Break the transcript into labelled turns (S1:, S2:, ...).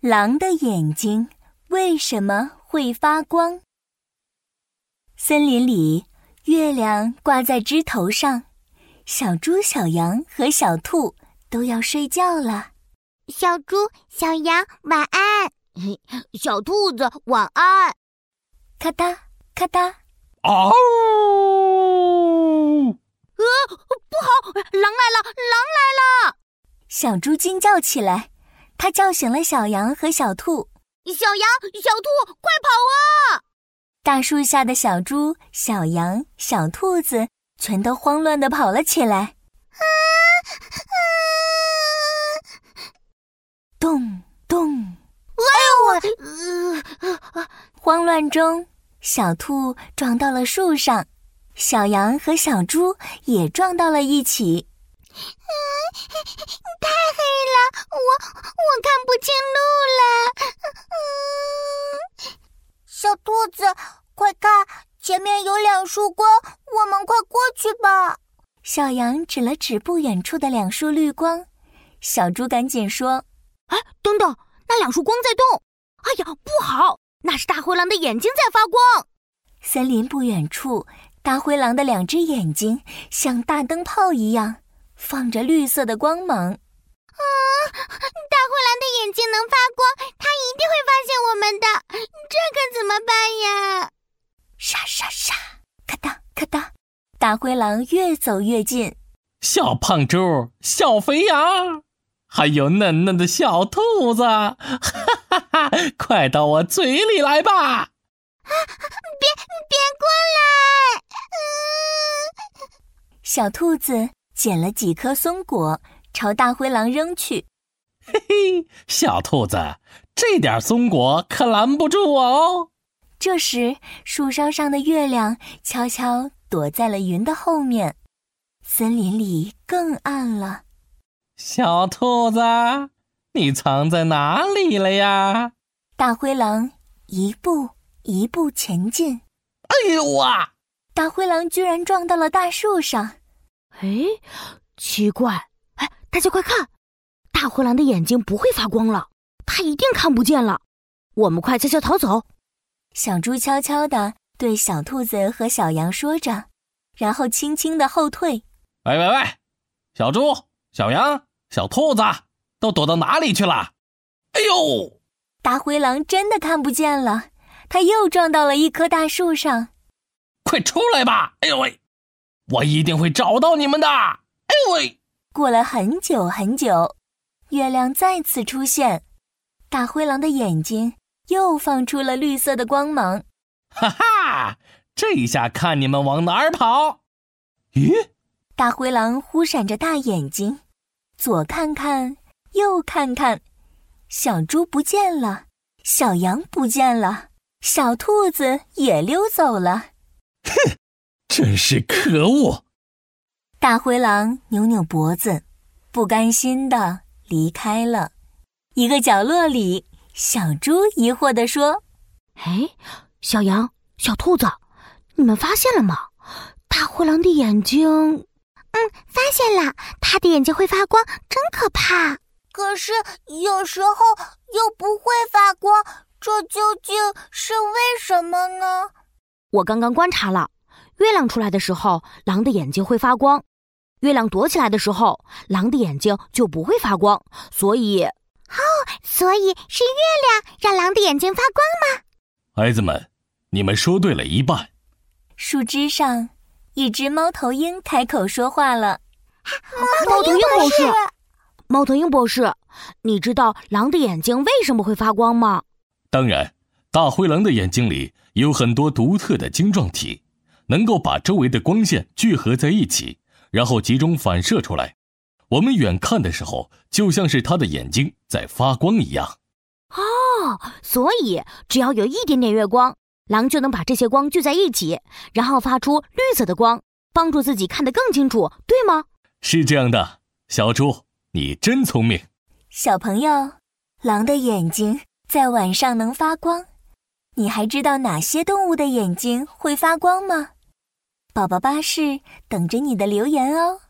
S1: 狼的眼睛为什么会发光？森林里，月亮挂在枝头上，小猪、小羊和小兔都要睡觉了。
S2: 小猪、小羊晚安， 小兔子晚安。
S1: 咔嗒咔嗒，
S3: 嗷、呜！
S2: 呃，不好，狼来了，狼来了！
S1: 小猪惊叫起来，它叫醒了小羊和小兔。
S2: 小羊、小兔，快跑啊！
S1: 大树下的小猪、小羊、小兔子全都慌乱地跑了起来。咚咚，
S2: 呃
S1: 慌乱中，小兔撞到了树上，小羊和小猪也撞到了一起。
S2: 太 黑了，我我看不清路了。小兔子，快看，前面有两束光，我们快过去吧。
S1: 小羊指了指不远处的两束绿光，小猪赶紧说
S2: 哎，等等，那两束光在动。哎呀，不好，那是大灰狼的眼睛在发光。：“
S1: 森林不远处，大灰狼的两只眼睛像大灯泡一样，放着绿色的光芒。”
S2: 大灰狼的眼睛能发光，它一定会发现我们的，这可怎么办呀？
S1: 沙沙沙，咔嗒咔嗒，大灰狼越走越近。
S3: 小胖猪、小肥羊，还有嫩嫩的小兔子，哈哈哈！快到我嘴里来吧！
S2: 别过来！
S1: 小兔子捡了几颗松果，朝大灰狼扔去。
S3: 嘿嘿，小兔子，这点松果可拦不住我哦。
S1: 这时，树梢上的月亮悄悄躲在了云的后面，森林里更暗了。
S3: 小兔子，你藏在哪里了呀？
S1: 大灰狼一步一步前进，
S3: 哎呦哇！
S1: 大灰狼居然撞到了大树上。
S2: 哎，奇怪！哎，大家快看，大灰狼的眼睛不会发光了，它一定看不见了。我们快悄悄逃走。
S1: 小猪悄悄地对小兔子和小羊说着，然后轻轻地后退。
S3: 喂喂喂，小猪、小羊、小兔子都躲到哪里去了？哎呦！
S1: 大灰狼真的看不见了，它又撞到了一棵大树上。
S3: 快出来吧！哎呦喂，我一定会找到你们的！哎呦喂，
S1: 过了很久很久，月亮再次出现，大灰狼的眼睛又放出了绿色的光芒。
S3: 哈哈，这一下看你们往哪儿跑！咦，
S1: 大灰狼忽闪着大眼睛，左看看，右看看，小猪不见了，小羊不见了，小兔子也溜走了。
S3: 真是可恶！
S1: 大灰狼扭扭脖子，不甘心的离开了。一个角落里，小猪疑惑地说
S2: 哎，小羊、小兔子，你们发现了吗？大灰狼的眼睛……嗯，发现了，它的眼睛会发光，真可怕。
S4: 可是有时候又不会发光，这究竟是为什么呢？
S2: 我刚刚观察了，月亮出来的时候，狼的眼睛会发光；月亮躲起来的时候，狼的眼睛就不会发光。所以，哦，所以是月亮让狼的眼睛发光。
S3: 孩子们，哎你们说对了一半。：“
S1: 树枝上，一只猫头鹰开口说话了。
S2: 猫头鹰博士，猫头鹰博士，你知道狼的眼睛为什么会发光吗？
S3: 当然，大灰狼的眼睛里有很多独特的晶状体，能够把周围的光线聚合在一起，然后集中反射出来。我们远看的时候，就像是它的眼睛在发光一样。
S2: 哦，所以只要有一点点月光，狼就能把这些光聚在一起，然后发出绿色的光，帮助自己看得更清楚，对吗？
S3: 是这样的，小猪，你真聪明。”
S1: 小朋友，狼的眼睛在晚上能发光，你还知道哪些动物的眼睛会发光吗？宝宝巴士等着你的留言哦。